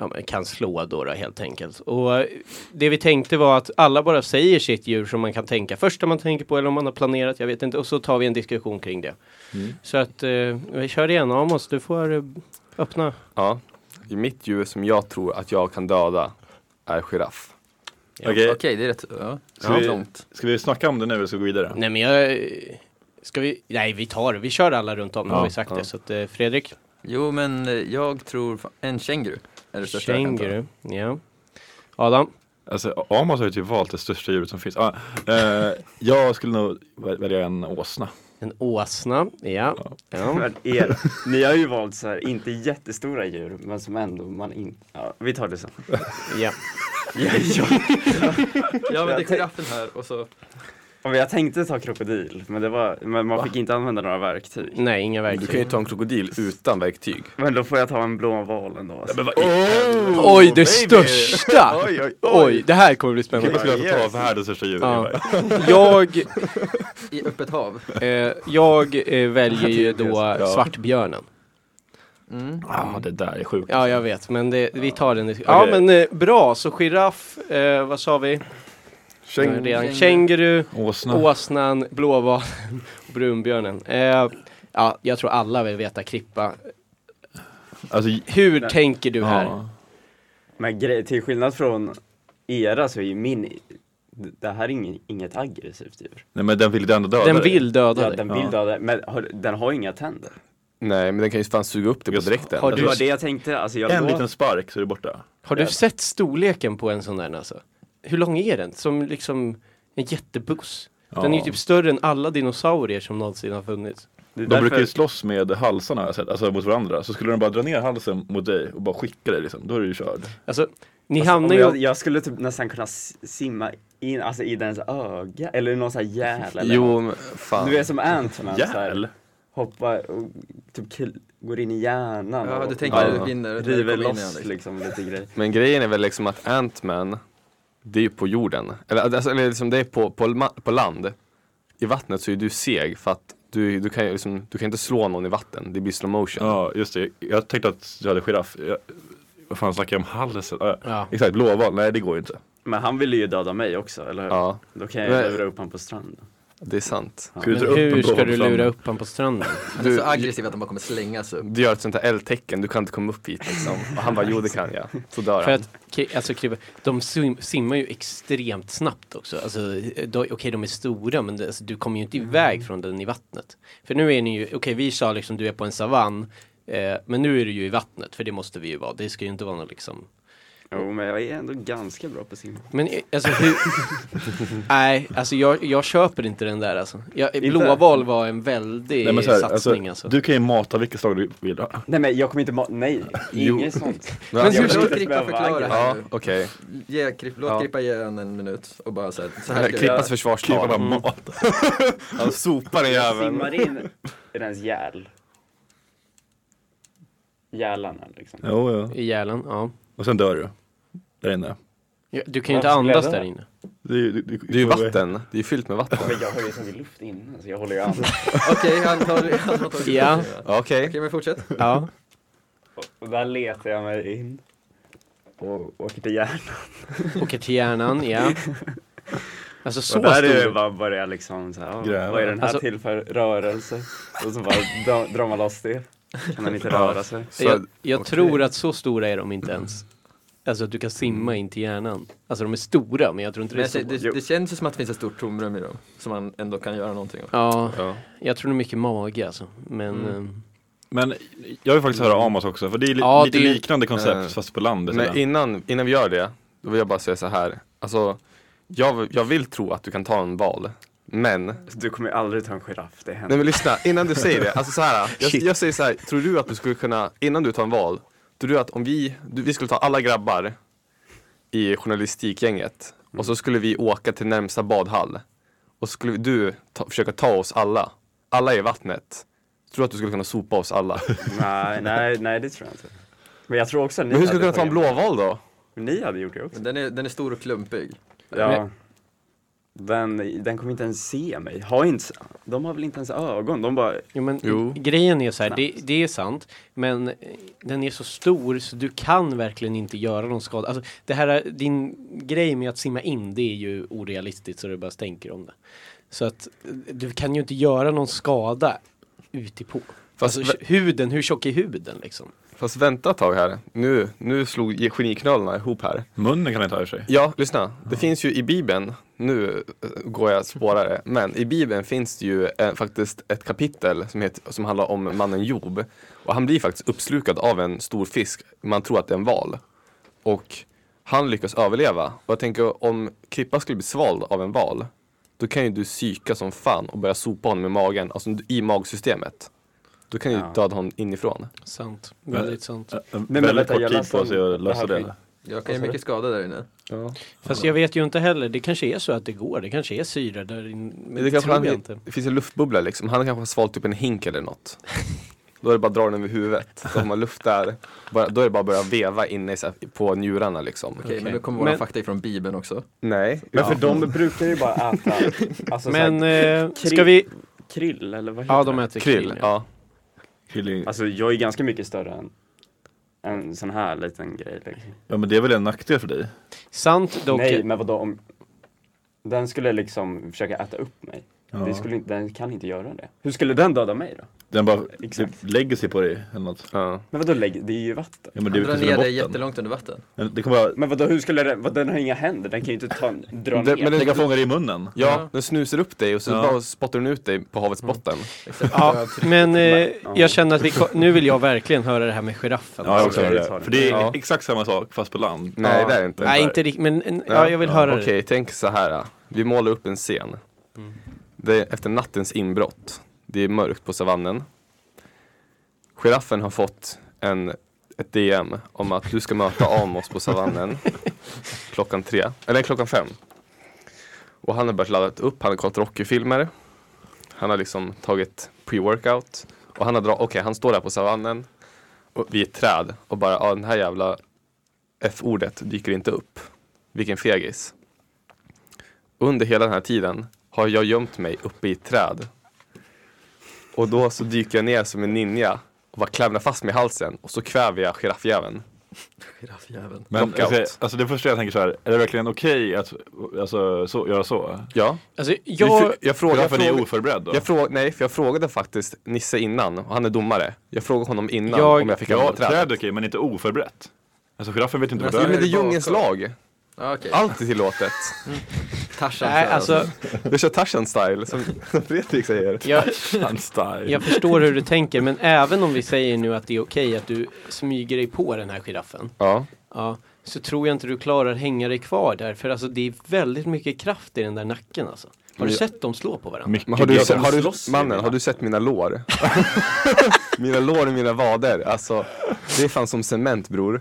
ja, men kan slå då, då helt enkelt. Och eh, det vi tänkte var att alla bara säger sitt djur som man kan tänka första man tänker på eller om man har planerat, jag vet inte. Och så tar vi en diskussion kring det.
Mm.
Så att eh, vi kör igen Amos, du får eh, öppna.
Ja. Mitt djur som jag tror att jag kan döda är giraff.
Okej,
Okej, det är rätt ja.
Ska vi-
långt.
Ska vi snacka om det nu eller ska vi gå vidare?
Nej men jag... eh, Ska vi? Nej vi tar det, vi kör alla runt om, nu har
Ja,
vi sagt
ja.
det. Så att, eh, Fredrik?
Jo, men eh, jag tror fa- en känguru är det största jag kan ta.
Känguru, ja. Adam?
Alltså Amos har ju typ valt det största djuret som finns. Ah, eh, jag skulle nog väl- välja en åsna.
En åsna, ja. ja.
Men er, ni har ju valt så här, inte jättestora djur, men som ändå man inte... Ja, vi tar det sen.
ja.
Jag, jag,
Ja, men det är giraffen här och så
ja, men jag tänkte ta krokodil, men, det var, men man fick inte använda några verktyg.
Nej, inga
Du kan ju
verktyg.
ta en krokodil utan verktyg.
Men då får jag ta en blå val ändå. Alltså.
Oj, det största!
Oj, oj,
Oj, det här kommer bli
Jag
spännande.
skulle alltså ta världens största djur.
Ja. Jag,
i öppet hav.
eh, jag eh, väljer ju då svartbjörnen.
Mm.
Ah, det där är sjukt.
Ja, jag vet, men det, vi tar den. Ja, men eh, bra, så giraff, eh, vad sa vi?
Käng-
Redan. Känguru,
Åsna.
åsnan, blåvalen och brunbjörnen. Eh, ja, jag tror alla vill veta Krippa.
Alltså,
Hur tänker du här?
ja.
Men grej, till skillnad från era så är ju min... Det här är ingen, inget aggressivt djur.
Nej men den vill ju ändå döda
Den
dig.
vill döda
Ja,
dig.
den
Ja.
vill döda, men har, den har ju inga tänder.
Nej, men den kan ju fan suga upp det på
Just-
direkten.
Har
Det
du,
var det jag tänkte, alltså jag
En
låg-
liten spark så är du borta.
har du sett storleken på en sån där alltså? Hur lång är den? Som liksom en jättebuss. Den är ju
Ja.
typ större än alla dinosaurier som någonsin har funnits.
det är
De
därför-
brukar ju slåss med halsarna har jag sett, alltså mot varandra. Så skulle de bara dra ner halsen mot dig och bara skicka dig liksom, då är du ju körd.
Alltså, ni
Alltså,
hamnar
om
ju...
jag, jag skulle typ nästan kunna s- simma in, alltså i dens öga, eller i någon sån här gäl eller
Jo, men fan.
Du är som Ant-Man så här,
Jäl!
hoppar och typ kill, går in i hjärnan
Ja,
och
du tänker att
Ja.
du vinner.
river
kommer in i
loss
den,
liksom. lite grej.
Men grejen är väl liksom att Ant-Man, det är ju på jorden. Eller, alltså, eller liksom det är på, på, ma- på land. I vattnet så är du seg för att du, du, kan, ju liksom, du kan inte slå någon i vatten. Det blir slow motion.
Ja, just det. Jag tänkte att jag hade giraff. Jag, vad fan snackar jag om halsen? Ah,
Ja.
Exakt, blåval. Nej, det går ju inte.
Men han ville ju döda mig också, eller hur?
Ja,
Då kan jag ju
Men-
lura upp honom på stranden.
det är sant.
Ska du dra
Men
upp en
hur ska
blåval
du
fram?
lura upp honom på stranden?
Han är så aggressiv att han bara kommer slängas upp.
Du gör ett sånt här L-tecken, du kan inte komma upp hit liksom. Och han bara, jo det kan jag. Så dör
För
han.
att, kri- alltså, kribbe- de sim, simmar ju extremt snabbt också. Alltså, de- Okej, de är stora, men det, alltså, du kommer ju inte
Mm.
iväg från den i vattnet. För nu är ni ju, okej, vi sa liksom du är på en savann, eh, men nu är du ju i vattnet, för det måste vi ju vara. Det ska ju inte vara något liksom.
Jo, men jag är ändå ganska bra på att simma.
Men eh, alltså hur... Nej, alltså jag, jag köper inte den där alltså. Jag,
Inte?
blåval var en väldig
Nej, men så här,
satsning alltså.
Du kan ju mata vilket slag du vill. Ah, ha.
Nej men jag kommer inte ma- nej,
Jo.
inget sånt.
Men
Jag
hur
vill
ska-
inte ens
Krippa
behöva
förklara
aggressiv.
här
Ja,
nu.
okej.
Ge, kripp, låt
Ja.
Krippa ge en, en minut och bara så här, så här
Okay.
ska vi göra.
Klippas försvarstal.
Bara
Mm.
mata.
Han sopar den
Jag
jäveln.
simmar in i dens hjäl. Gälarna liksom.
Jo, jo.
I gälen, ja.
Och sen dör du. Där inne.
Ja, Du kan ju inte
Varför skulle jag
andas
dö?
där inne.
Det är ju, det, det,
Det är ju vatten, det är ju fyllt med vatten.
Men jag har ju tagit luft innan så alltså jag håller ju an.
Okej, han tar, han har tagit
Ja.
Okej,
Ja, Okej.
men fortsätt.
Ja.
Och där letar jag mig in. Och åker till hjärnan.
Åker till hjärnan, ja. Alltså så
och där är
stor.
jag bara börjar liksom så här, "Ah,
Gräva.
vad är den här
Alltså-
till för rörelse? Och så bara dra- drar man loss det. Kan den inte röra sig?
Så-
Jag, jag tror att så stora är de inte ens. Alltså att du kan simma
Mm.
in till hjärnan. Alltså de är stora, men jag tror inte
Men
det är
jag
så.
säger, det,
Jo.
det känns ju som att det finns ett stort tomrum i dem, som man ändå kan göra någonting av.
Ja,
Ja.
jag tror det är mycket mage alltså. Men...
Mm.
ehm,
Men jag vill faktiskt höra Amos också, för det är li-
Ja,
lite
det är-
liknande koncept
Eh,
fast på landet.
Men innan, innan vi gör det, då vill jag bara säga så här. Alltså, jag, jag vill tro att du kan ta en val. Men, nej
Du kommer ju aldrig ta en giraff, det händer.
men lyssna, innan du säger det, alltså så här, jag, jag säger så här, tror du att du skulle kunna, innan du tar en val, Tror du att om vi, du, vi skulle ta alla grabbar i journalistikgänget och så skulle vi åka till närmsta badhall och så skulle du ta, försöka ta oss alla, alla i vattnet. Tror du att du skulle kunna sopa oss alla?
Nej, nej, nej, det tror jag inte. Men jag tror också att ni
Men hur skulle du kunna
hade
ta en
programmet.
blåval då?
Ni hade gjort det också.
Men Den är, den är stor och klumpig.
Ja. Den, den kommer inte ens se mig. Har inte, de har väl inte ens ögon? De bara,
Jo, men
Jo.
grejen är så här, det,
Knappt.
det är sant, men eh, den är så stor så du kan verkligen inte göra någon skada. Alltså, det här, är- din grej med att simma in, det är ju orealistiskt så du bara tänker om det. Så att eh, du kan ju inte göra någon skada utifrån.
Fast,
Alltså tj- huden, hur tjock är huden liksom?
fast vänta ett tag här. Nu, nu slog geniknölarna ihop här.
Munnen kan inte ha ur sig.
Ja, lyssna. Det finns ju i Bibeln, nu eh, går jag spårare, men i Bibeln finns det ju eh, faktiskt ett kapitel som, heter, som handlar om mannen Job. Och han blir faktiskt uppslukad av en stor fisk, man tror att det är en val. Och han lyckas överleva. Och jag tänker om Klippa skulle bli svald av en val, då kan ju du psyka som fan och börja sopa honom i magen, alltså i magsystemet. Då kan ju
Ja.
döda honom inifrån.
Sant,
Men-
väldigt sant.
men
Väldigt
vänta,
kort
jag
tid
läste
på sig
om-
att lösa
det här
det.
Jag kan ju mycket skada där inne.
Fast jag vet ju inte heller, det kanske är så att det går, det kanske är syre där inne, men det,
kanske
tror
han,
jag inte.
det finns en luftbubbla liksom, han kanske har svalt upp en hink eller något. Då är det bara att dra den över huvudet, då har man luft där. Bara, då är det bara att börja veva inne i, så här, på njurarna liksom.
Okej, men nu kommer våra
Men-
fakta ifrån Bibeln också.
Nej.
men för de brukar ju bara äta, alltså
Men
så här,
eh, ska
krill-
vi...
krill eller vad heter
Ja, de
det?
äter
Krill,
ja.
ja.
Killing.
Alltså jag är ganska mycket större än en sån här liten grej. Liksom.
Ja men det är väl en nackdel för dig?
Sant dock.
Nej, men vadå om, den skulle liksom försöka äta upp mig. Det
Ja.
skulle, inte- den kan inte göra det. Hur skulle den döda mig då?
Den bara
Exakt.
typ lägger sig på dig eller något.
ja.
Men vadå lägg, det är ju vatten.
Ja men det
Han
är
drar
väl
ner dig
botten.
jättelångt under vatten.
Men Det kommer bara,
Men vadå, hur skulle den, vad, den har inga händer, den kan ju inte ta, dra
Det-
ner.
men
den kan fånga dig i munnen.
ja, den snusar upp dig och så
Ja.
bara spottar den ut dig på havets botten.
Exakt.
Ja, men eh,
ja.
jag känner att vi, ko- nu vill jag verkligen höra det här med giraffen.
Ja, jag också
Okej,
hör
vi tar
det.
det.
För det är
Ja.
exakt samma sak fast på land.
Nej, det är det inte.
Nej, inte riktigt, men en, ja, jag vill höra
Okej, tänk så här. äh. Vi målar upp en scen. Det är efter nattens inbrott. Det är mörkt på savannen. Giraffen har fått en, ett DM om att du ska möta Amos på savannen klockan tre, eller klockan fem. Och han har börjat ladda upp, han har kollat Rocky-filmer. Han har liksom tagit pre-workout. Och han har dra- okej, han står där på savannen och vid ett träd och bara, ja den här jävla F-ordet dyker inte upp. Vilken fegis. Under hela den här tiden har jag gömt mig uppe i ett träd. Och då så dyker jag ner som en ninja och bara klämmer fast mig i halsen och så kväver jag giraffjäveln.
Giraffjäveln.
Men
Knockout.
alltså, alltså det första jag tänker så här, är det verkligen okej att alltså, så, göra så?
Ja.
det. Alltså,
Jag,
jag,
jag frågade...
Giraffen är
Jag frågade
oförberedd då?
jag fråga, nej, för jag frågade faktiskt Nisse innan och han är domare. Jag frågade honom innan
Jag-
om jag fick
Ja,
använda
träd är
trädet.
okej, men inte oförberett. Alltså giraffen vet inte vad
Ja,
det
men
är.
det är djungelns lag.
Ja, okej.
Allt är tillåtet.
Tarzan
nej,
tror jag,
alltså,
Jag kör Tarzan style som som Fredrik säger.
jag,
Hans style.
jag förstår hur du tänker, men även om vi säger nu att det är okej att du smyger dig på den här giraffen,
Ja.
ja, så tror jag inte du klarar hänga dig kvar där, för alltså, det är väldigt mycket kraft i den där nacken. Alltså. Har du sett dem slå på varandra?
Mycket
Men har du,
giraff.
sett, har
slåss
du,
i
mannen,
mina-
har du sett mina lår? mina lår och mina vader, alltså det är fan som cement bror.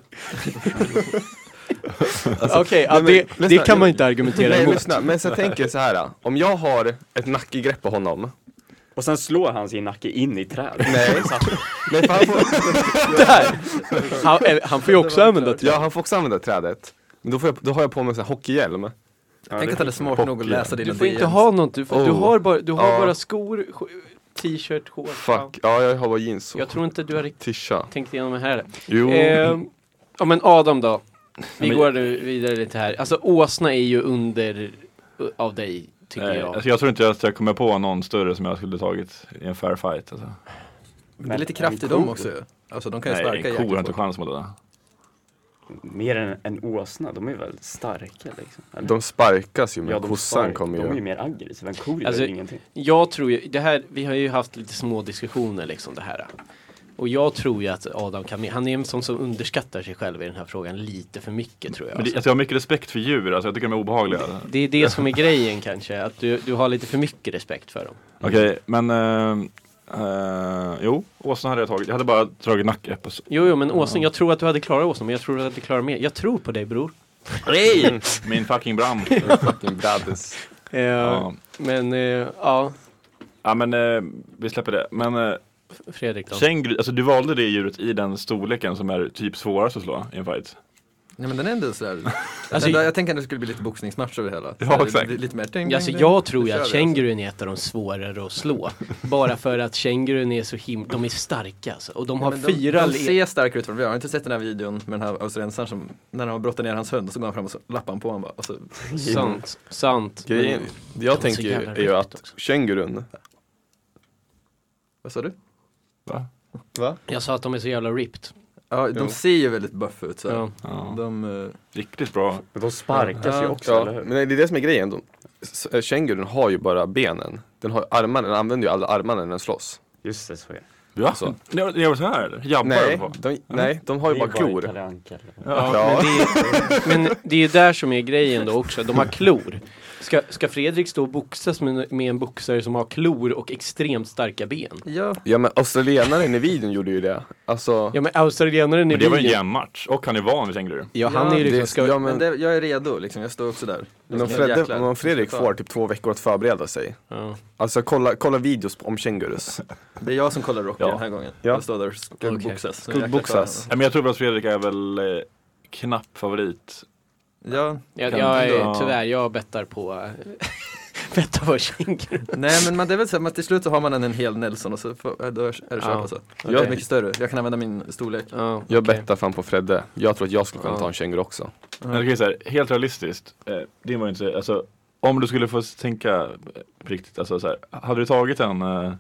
Okej, ja,
nej, men
det, det
lyssna,
kan man
jag-
inte argumentera
Nej
emot.
lyssna, men sen tänker jag så här. om jag har ett nackegrepp på honom,
Och sen slår han sin nacke in i trädet.
nej, nej för han, får,
Där! Han, eh, han får ju också använda
ja, han får också använda trädet. Men då, får jag, då har jag på mig en sån här hockeyhjälm.
Tänk att han är smart nog att läsa dina
Du får inte
DMs.
ha något, du, får, du
Oh.
har, bara, du har
Ja.
bara skor, sk- t-shirt, shorts.
Fuck, ja jag har bara jeans och
Jag tror inte du har riktigt
tisha.
tänkt igenom det här.
Jo,
Eh, ja men Adam då. Vi
men-
går nu vidare lite här. Alltså åsna är ju under u- av dig, tycker
Nej,
jag.
alltså jag tror inte att jag kommer på någon större som jag skulle tagit i en fair fight. Alltså.
Det är lite kraft i dem också ju. Alltså de kan ju
Nej,
sparka
en ko har
jäkligt
inte
fort.
chans mot det. där.
Mer än en åsna, de är väl starka liksom? Eller?
de sparkas ju men
ja, de
kossan
stark,
kommer
De är ju
ju.
mer aggressiva, en ko gör
Alltså-
ju ingenting.
Jag tror ju, det här, vi har ju haft lite små diskussioner liksom det här. Och jag tror ju att Adam kan, han är en sån som underskattar sig själv i den här frågan lite för mycket tror jag.
Men det,
alltså.
alltså, jag har mycket respekt för djur, alltså, jag tycker de är obehagliga.
Det är det som är grejen kanske, att du, du har lite för mycket respekt för dem.
Okej, men eh, Eh, jo, åsna hade jag tagit. Jag hade bara dragit nacke. På... s-
Jo, jo, men Åsnen, jag tror att du hade klarat Åsnen, men jag tror att du klarar mer. Jag tror på dig bror.
Nej! Min fucking bram.
Fucking brothers.
Eh,
ja.
Men eh, ja,
ja, men eh, vi släpper det. Men eh,
Fredrik då.
känguru, alltså du valde det djuret i den storleken som är typ svårast att slå i en fight.
Nej men den är ändå sådär.
Alltså,
jag, jag tänker att det skulle bli lite boxningsmatch över det hela.
Ja,
Så
exakt.
li- Lite mer ding,
Ja, Alltså
ding,
jag
ding.
tror
Nu
ju
kör
att
vi, alltså.
kängurun är ett av de svårare att slå. Bara för att kängurun är så himla, de är starka alltså. Och de har
Men
fyra
de, de
le-
ser starkare ut från början. Har inte sett den här videon med den här australiensaren som, när han har brottat ner hans hund och så går han fram och så lappar han på honom bara. "Alltså, Och så,
Sant, sant.
Grejen,
Men-
jag
så
tänker ju-
jävla
är ju
rikt
att
också.
kängurun,
vad sa du?
Va?
Jag sa att de är så jävla ripped.
Ja,
Jo.
de ser ju väldigt buffa ut så. här.
Ja.
Ja.
De, eh,
Riktigt bra.
Men de sparkas ju
Ja.
också,
ja,
eller hur?
men det är det som är grejen. De, s- eh, kängurun har ju bara benen. Den har ju armarna, den använder ju alla armarna när den slåss.
Just det, så är det.
Alltså. Ja.
Så.
Ni gör ni gör så här eller? Jabbar de
Nej
på? Mm.
de, nej, de har ju bara klor.
Kalle Anka, eller vad?
Ja.
Men, det är, men det är ju där som är grejen då också, de har klor. Ska, ska Fredrik stå och boxas med, med en boxare som har klor och extremt starka ben?
ja,
Ja men australienaren i videon gjorde ju det. Alltså,
Ja men australienaren är
Men det var en
videon-
jämn match. Och han är van vid känguru.
Ja han är ju
det-
liksom, ska,
ja,
men
men,
det, jag är redo liksom. Jag står också där.
men om,
Liksom,
Fredde,
jäklar.
om Fredrik får typ två veckor att förbereda sig.
ja.
Alltså kolla, kolla videos om kängurus.
Det är jag som kollar Rocky
Ja.
den här gången.
Ja.
Jag står där och skuldboxas. Så jäkla
Skuldboxas.
klar.
Nej, men jag tror att Fredrik är väl eh, knapp favorit.
Ja,
jag, jag är,
Ja.
tyvärr, jag bettar på bettar på känguru.
nej men man, det är väl så här, man, till slut så har man en, en hel Nelson och så får, eh, då är är det kört
Ja.
alltså.
Okej.
Jag är mycket större, jag kan använda min storlek.
Ja,
Jag
okej.
bettar fan på Fredde. Jag tror att jag skulle kunna
Ja.
ta en känguru också.
Men jag kan ju säga, helt realistiskt, eh, det var ju inte, alltså om du skulle få tänka eh, på riktigt, alltså så här, hade du tagit en, eh,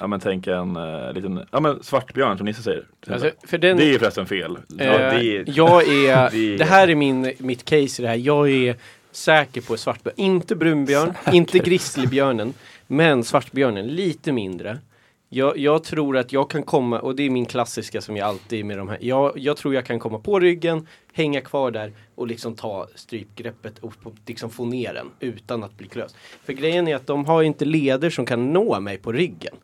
ja men tänk en eh, liten, ja men svartbjörn som Nisse säger. till
Alltså,
exempel.
för den,
det är ju förresten fel.
eh,
det är-
jag är,
det är-
det här är min, mitt case i det här, jag är säker på svartbjörn. Inte brunbjörn, inte grizzlybjörnen, men svartbjörnen, lite mindre. Jag, jag tror att jag kan komma, och det är min klassiska som jag alltid är med de här, jag, jag tror jag kan komma på ryggen, hänga kvar där och liksom ta strypgreppet och på, liksom få ner den utan att bli klös. För grejen är att de har ju inte leder som kan nå mig på ryggen.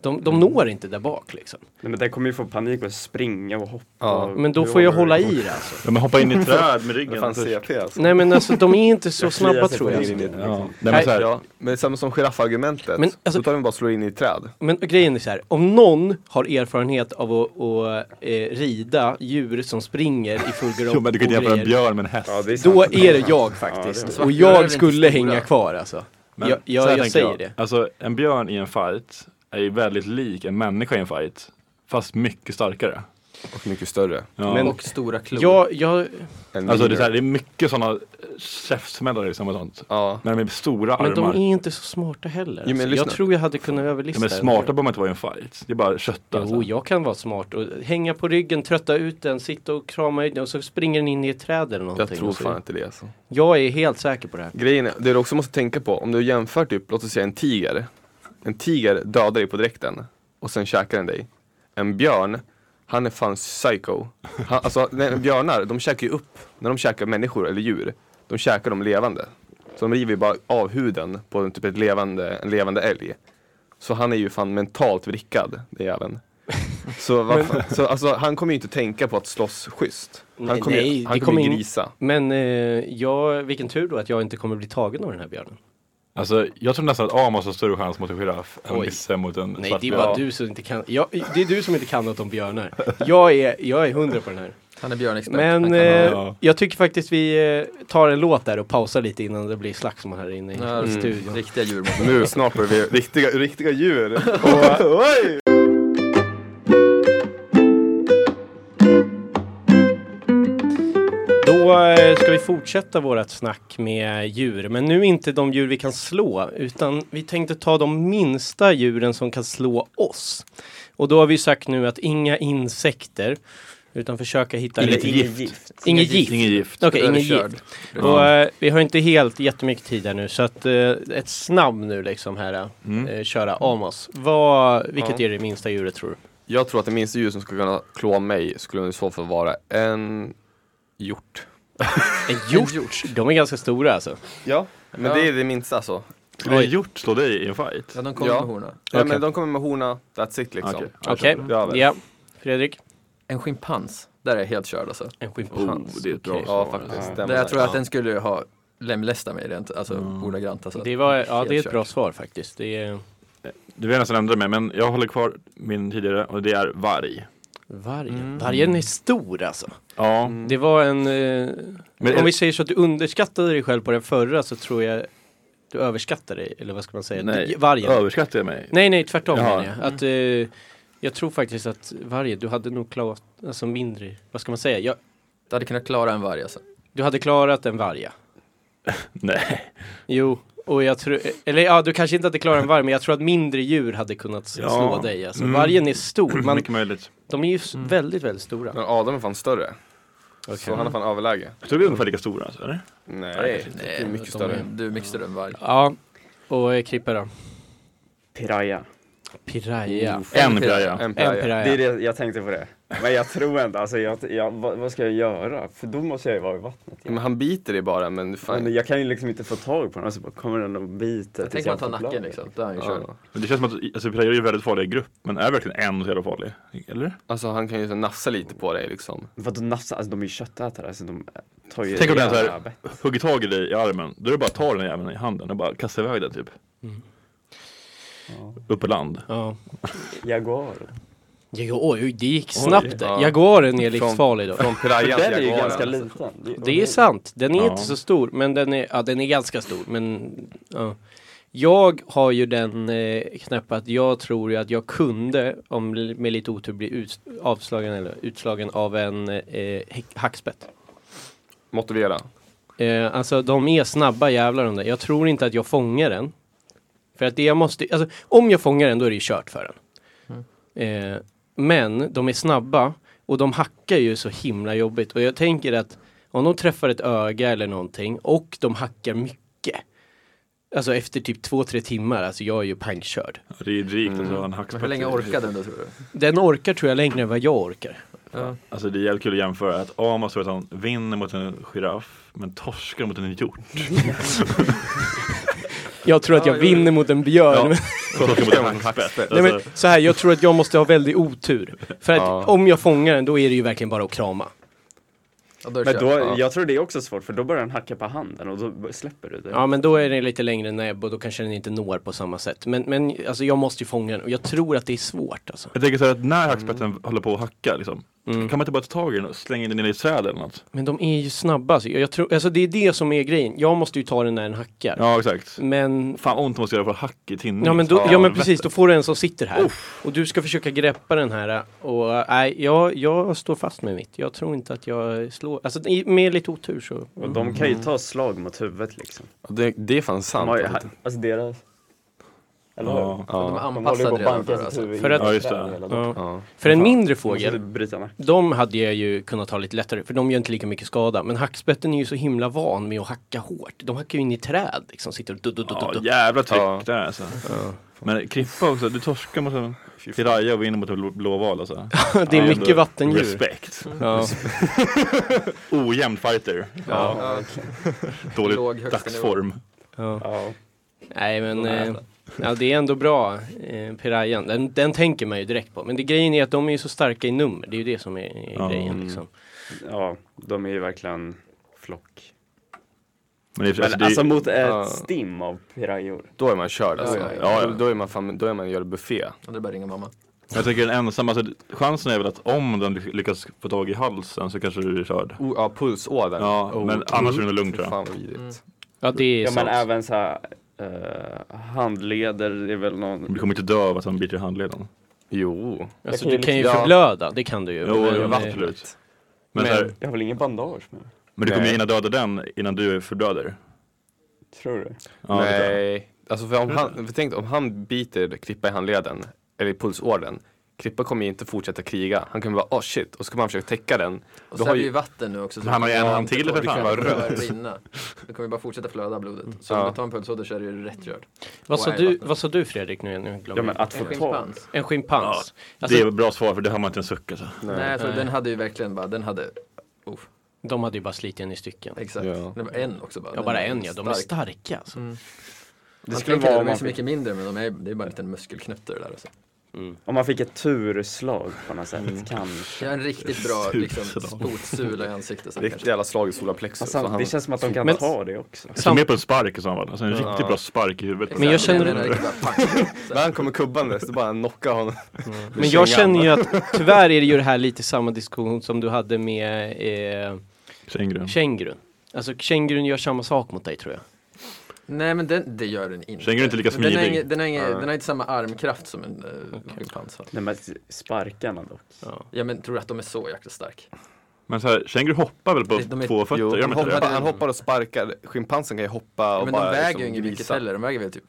De, de når inte där bak liksom.
Nej, men den kommer ju få panik och springa och hoppa.
Ja,
och-
Men då får jag hålla i det alltså.
Ja, men hoppa in i ett träd med
Vad
ryggen. först.
alltså.
Nej men alltså de är inte så
Jag kliar
snabba
sig
tror
på
jag.
ryggen lite.
Ja. Nej, men så här,
Ja, men samma som giraffargumentet.
Men, alltså-
då tar den bara och slår in i ett träd.
Men grejen är så här, om någon har erfarenhet av att, att eh, rida djur som springer i full
jo, men du kan inte jämföra en
grejer,
björn med en häst.
Ja, det är sant.
då är det jag faktiskt.
det.
Och
Svartbjörnar är
jag
lite
skulle
stora.
hänga kvar alltså.
Men
jag
så här
jag, jag
tänker
säger det.
Alltså en björn i en fight är ju väldigt lik en människa i en fight. Fast mycket starkare.
Och mycket större.
Ja.
Men-
Och stora klor.
Jag, jag,
Än
alltså det är,
mindre.
så här, det är mycket sådana käftsmällar liksom och sånt.
Ja.
När de är stora
men de
armar.
är inte så smarta heller.
Jo, men
Alltså. Jag
lyssna.
tror jag hade kunnat
Ja,
överlista.
men
det.
smarta behöver man inte vara i en fight. Det är bara kötta.
Jo,
alltså.
jag kan vara smart och hänga på ryggen, trötta ut den, sitta och krama i den och så springer den in i ett träd eller någonting.
Jag tror
och så-
fan inte det alltså.
jag är helt säker på det här.
Grejen är, det du också måste tänka på, om du jämför typ, låt oss säga en tiger. En tiger dödar dig på direkten och sen käkar den dig. En björn, han är fan psycho. Han, alltså nej, björnar, de käkar ju upp, när de käkar människor eller djur, de käkar dem levande. Så de river ju bara av huden på en, typ ett levande, en levande älg. Så han är ju fan mentalt vrickad, det jäveln. Så, vad fan, så alltså, han kommer ju inte tänka på att slåss schysst. Han
Nej,
kommer ju
nej,
han
det
kommer ju
kommer in-
grisa.
Men eh, jag, vilken tur då att jag inte kommer bli tagen av den här björnen.
Alltså, jag tror nästan att Amos har större chans mot en giraff än
Oj.
Nisse mot en
Nej,
svart
det är
björn.
bara du som inte kan. Jag, det är du som inte kan något om björnar. Jag är, jag är hundra på den här.
Han är björnexpert. Han
Men
kan ha-
eh,
Ja.
jag tycker faktiskt vi eh, tar en låt där och pausar lite innan det blir slagsmål här inne i,
Ja,
i studion.
Riktiga djur.
Nu snart börjar vi riktiga, riktiga djur.
Då eh, ska vi fortsätta vårt snack med djur, men nu inte de djur vi kan slå, utan vi tänkte ta de minsta djuren som kan slå oss. Och då har vi sagt nu att inga insekter, utan försöka hitta...
Inget
Inget
gift.
Inget gift.
Inget gift.
Okej,
Eller
inget
körd.
gift. Och, eh, vi har inte helt jättemycket tid här nu, så att, eh, ett snabb nu liksom här,
Mm.
eh, köra Amos. Vad, vilket
Ja.
är det minsta djuret tror du?
Jag tror att det minsta djur som skulle kunna klå mig skulle i så fall vara en hjort.
En hjort? De är ganska stora alltså.
Ja, men det är det minsta alltså.
Skulle en hjort slå dig i en fight?
Ja, de kommer
Ja.
med horna.
Ja,
Okej.
men de kommer med horna, that's it liksom.
Okej.
Okej,
Ja, väl.
ja. Fredrik?
En schimpans, där är jag helt körd alltså.
En
Oh,
schimpans.
det är ett bra
Okej.
Ja,
svar.
faktiskt.
Ja.
Den
Där
var
jag tror
nice.
att den skulle ju ha lemlästat mig rent, alltså ordagrant. Alltså.
Mm. Det, var, ja,
Helt
det är ett
kört.
bra svar faktiskt. Det är
Du vill nästan ändra mig, men jag håller kvar min tidigare och det är varg.
vargen. Vargen är stor alltså.
Ja,
Det var en... Eh,
Men-
om vi säger så att du underskattade dig själv på den förra så tror jag du överskattade dig, eller vad ska man säga?
Nej.
Du- Vargen.
överskattar jag mig?
Nej, nej, tvärtom
Jaha.
menar jag. Att, eh, jag tror faktiskt att varje, du hade nog klarat, alltså mindre, vad ska man säga? Jag,
Du hade kunnat klara en varg alltså.
du hade klarat en varje.
Nej.
Jo, och jag tror, eller ja, du kanske inte hade klarat en varg, men jag tror att mindre djur hade kunnat s-
Ja.
slå dig. Alltså,
Mm.
Vargen är stor, man,
Mycket möjligt.
de är ju s- väldigt, väldigt stora.
Men Adam är fan större. Så han har fan överläge.
Jag tror vi är ungefär lika stora, alltså, eller?
Nej, det är mycket
de
större.
Mm. Du är mycket större än varg.
Ja, och eh, Krippa då?
Piraya.
Piraya.
En piraya.
En
En
piraya.
piraya.
Det är det, jag tänkte på det. Men jag tror inte, alltså jag, jag, vad, vad ska jag göra? För då måste jag ju vara i vattnet.
Men han biter dig bara, men
Men
Mm, fan.
jag kan ju liksom inte få tag på den, alltså bara kommer den och biter tills
Tänk om man tar
får
nacken
bladet.
liksom. Då är han ju körd.
Ja.
Men det känns som att alltså, pirayor är en väldigt farlig grupp, men är verkligen en så jävla farlig? Eller?
Alltså han kan ju så nafsa lite på dig liksom.
Vadå nafsa? Alltså de är ju köttätare, alltså de tar ju
Tänk om den
rejäla
så här-
bett.
Hugger tag i dig i armen, då är det bara att ta den jäveln i handen och bara kasta iväg den typ.
Mm.
Ja.
Upp på land.
Ja.
Jaguar.
Ja, oj, det gick snabbt. där.
ja.
Jaguaren är
Från-
livsfarlig då.
Från pirayan
Den är
till
ju
jaguaren.
ganska
alltså.
liten.
Det är sant, den är
Ja.
inte så stor, men den är, ja, den är ganska stor. Men, ja. Jag har ju den eh, knäppa att jag tror ju att jag kunde, om li- med lite otur, bli ut, avslagen eller utslagen av en eh, häck- hackspett.
Motivera.
Eh, alltså de är snabba jävlar de där. Jag tror inte att jag fångar den. För att det jag måste, alltså om jag fångar den då är det ju kört för den.
Mm.
Eh, men de är snabba och de hackar ju så himla jobbigt. Och jag tänker att om de träffar ett öga eller någonting och de hackar mycket. Alltså efter typ två, tre timmar, alltså jag är ju pangkörd.
Det är ju drygt alltså, en
Men
hackspett.
hur länge orkade den då tror du?
Den orkar tror jag längre än vad jag orkar.
Ja.
Alltså det är jävligt kul att jämföra att Amos tror att han vinner mot en giraff, men torskar mot en hjort.
Jag tror att jag
Ja, jo, jo.
vinner mot en björn.
Ja.
men-
Torskar mot en hackspett.
Nej, men,
Alltså,
så här, jag tror att jag måste ha väldigt otur. För att om jag fångar den, då är det ju verkligen bara att krama.
Ja, då är det
Men då,
kört.
jag tror det är också svårt för då börjar den hacka på handen och då släpper du det.
Ja, men då är den lite längre näbb och då kanske den inte når på samma sätt. Men, men alltså, jag måste ju fånga den och jag tror att det är svårt alltså.
jag tänker så här att när hackspetten
Mm.
håller på att hacka liksom, kan man inte bara ta tag i den och slänga in den i ett träd eller något?
Men de är ju snabba. Alltså. Jag, jag tror, alltså, det är det som är grejen. Jag måste ju ta den när den hackar.
Ja Mm. exakt.
Men,
Fan vad ont det måste göra för att hack i liksom. tinningen.
ja, men, då, ja, men
Helvete.
precis, då får du en som sitter här. Och du ska försöka greppa den här. Och äh, nej, jag, jag står fast med mitt. Jag tror inte att jag slår. Alltså i- med lite otur så.
Och de kan ju ta slag mot huvudet liksom.
Det, det är fan
De
sant.
har ju,
alltså.
alltså deras... Eller hur?
Ja.
De är
Ja.
håller ju
anpassade
på att
redan
banka
för det alltså.
sitt huvud
För
in i
att-
Ja, just
träden
det.
hela dagen.
Ja.
Ja.
För en
Fan,
mindre
Man måste
fågel,
bryta nacken.
de hade jag ju kunnat ta lite lättare för de gör inte lika mycket skada. Men hackspetten är ju så himla van med att hacka hårt. De hackar ju in i träd liksom, sitter och du, du, du,
Ja,
du, du.
jävla tryck
Ja.
där alltså. Men Krippa också, du torskar mot en piraya och vinner mot en bl- blåval alltså.
Det är
Ja,
mycket
ändå.
vattendjur.
Respekt.
Ja.
Ojämn fighter.
Ja.
Låg
Dålig
högsta
dagsform.
Ja.
Ja.
Nej men, eh, ja, det är ändå bra, eh, pirayan. Den, den tänker man ju direkt på. Men det, grejen är att de är ju så starka i nummer. Det är ju det som är, är
Ja.
grejen liksom.
ja, de är ju verkligen flock.
Men det är,
Men
alltså, det är,
alltså mot ett
ja.
stim av pirajor.
Då är man körd alltså.
Ja,
Ja,
ja,
Då, då är man fan, då är man gör buffé.
Det är bara att ringa mamma.
jag tänker en ensam, alltså, chansen är väl att om den ly- lyckas få tag i halsen så kanske du är körd.
Oh, ja, pulsådern.
Ja,
oh.
men annars är det nog lugnt tror jag.
Fan vad vidrigt.
Ja det är
Ja men
sant.
även så här, eh, handleder är väl någon...
Du kommer inte dö av att han biter i handleden.
Jo.
Alltså,
Jag kan ju
du kan ju
liksom-
förblöda, det kan du ju.
Jo,
Men,
jo,
eh,
absolut. Men,
men-
men, här,
Jag har väl ingen bandage med
men du kommer ju
Nej.
hinna döda den innan du förblöder.
Tror du?
Ja, det tror jag.
Nej. Alltså för om han, för tänk om han biter Krippa i handleden, eller i pulsådern. Krippa kommer ju inte fortsätta kriga. Han kommer bara oh shit, och så kommer han försöka täcka den.
Och
Då
så
har
är det
ju-
ju vatten nu också. så
Men han har ju en hand till,
det
för
kan
fan,
bara
vad
börja rinna. Det kommer ju bara fortsätta flöda blodet. Så om
Ja.
du tar en pulsåder så är du ju rätt körd.
vad, sa
Och
du,
ärvattnet.
vad sa du Fredrik nu? nu glömde
Ja
jag.
men att få
En
tag.
schimpans.
En schimpans. Alltså,
Det är ett bra svar för det har man inte en suck alltså.
Nej, alltså,
Nej.
den hade ju verkligen bara, den hade, oh,
De hade ju bara slitit en i stycken.
exakt.
Ja.
Det var en också bara.
Ja
Den
bara
är
en ja, de är
stark.
starka alltså.
Det
Man
skulle
tänker
vara
att
om
de är
man
så
fick...
mycket mindre men de är, det är bara en liten muskelknutte det där. Alltså.
Om man fick ett turslag på något sätt, kanske.
Jag har en riktigt bra liksom,
Superslag.
spotsula i ansiktet. sen
Riktigt
kanske.
jävla slag i solarplexus.
Alltså,
så han-
det känns som att de kan
Men-
ta det också.
Jag
Sam-
tror mer på en spark i så fall. Alltså en
Ja.
riktigt bra spark i huvudet.
Men jag
Exakt,
känner-
menar riktigt bara, pang. Så
När
här.
han kommer kubbandes, det är bara knocka honom.
Men jag känner ju att tyvärr är det ju det här lite samma diskussion som du hade med eh,
Kängurun.
kängurun. Alltså kängurun gör samma sak mot dig tror jag.
Nej men den, det gör den inte.
Känner du inte lika
Men den har
smidig?
ingen- Den har ingen-
Nej.
den har inte samma armkraft som en eh, schimpans har.
Nej, men sparkarna dock.
Ja men tror du att de är så jäkla stark?
Men så här, kängurun hoppar väl på
De är-
två fötter?
Jo,
gör de
han,
inte
hoppar,
det?
han hoppar och sparkar. Schimpansen kan ju hoppa och
men de
bara
väger ju
liksom
inget mycket
visa.
heller, de väger väl typ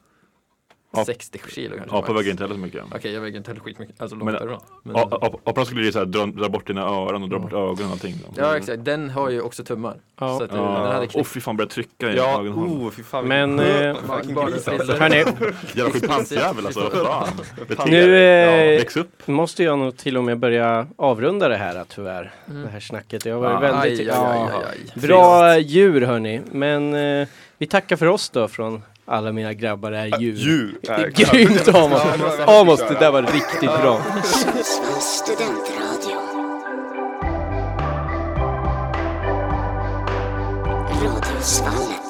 Ja.
60 kilo kanske.
Apor
max.
väger inte heller så mycket.
Okej jag väger inte heller skitmycket, alltså långt
Men-
därifrån. Men-
A- ap- Aporna skulle ju så här dra, dra bort dina öron och dra bort ögonen och allting. då.
Ja exakt, den har ju också tummar.
Ja.
Så att, eh, den
Ja.
hade
Åh
knäckt.
fy fan, börjar trycka i
Ja,
ögonhålan.
oh, fy fan.
Men eh,
Fucking
Bara-
gris
bara-
alltså.
hörni,
Jävla schimpansjävel alltså. Fan. Beter-
nu
Ja,
eh,
Väx upp.
måste jag nog till och med börja avrunda det här tyvärr. Det här snacket. Jag var ju
Ah.
väldigt...
typ-
Aj, aj,
ja.
aj, aj, aj.
Bra djur hörni, men eh, vi tackar för oss då från alla mina grabbar är djur.
Djur.
Grymt Amos! Amos, det där var riktigt bra.
Sundsvalls studentradio. Radiosvallet.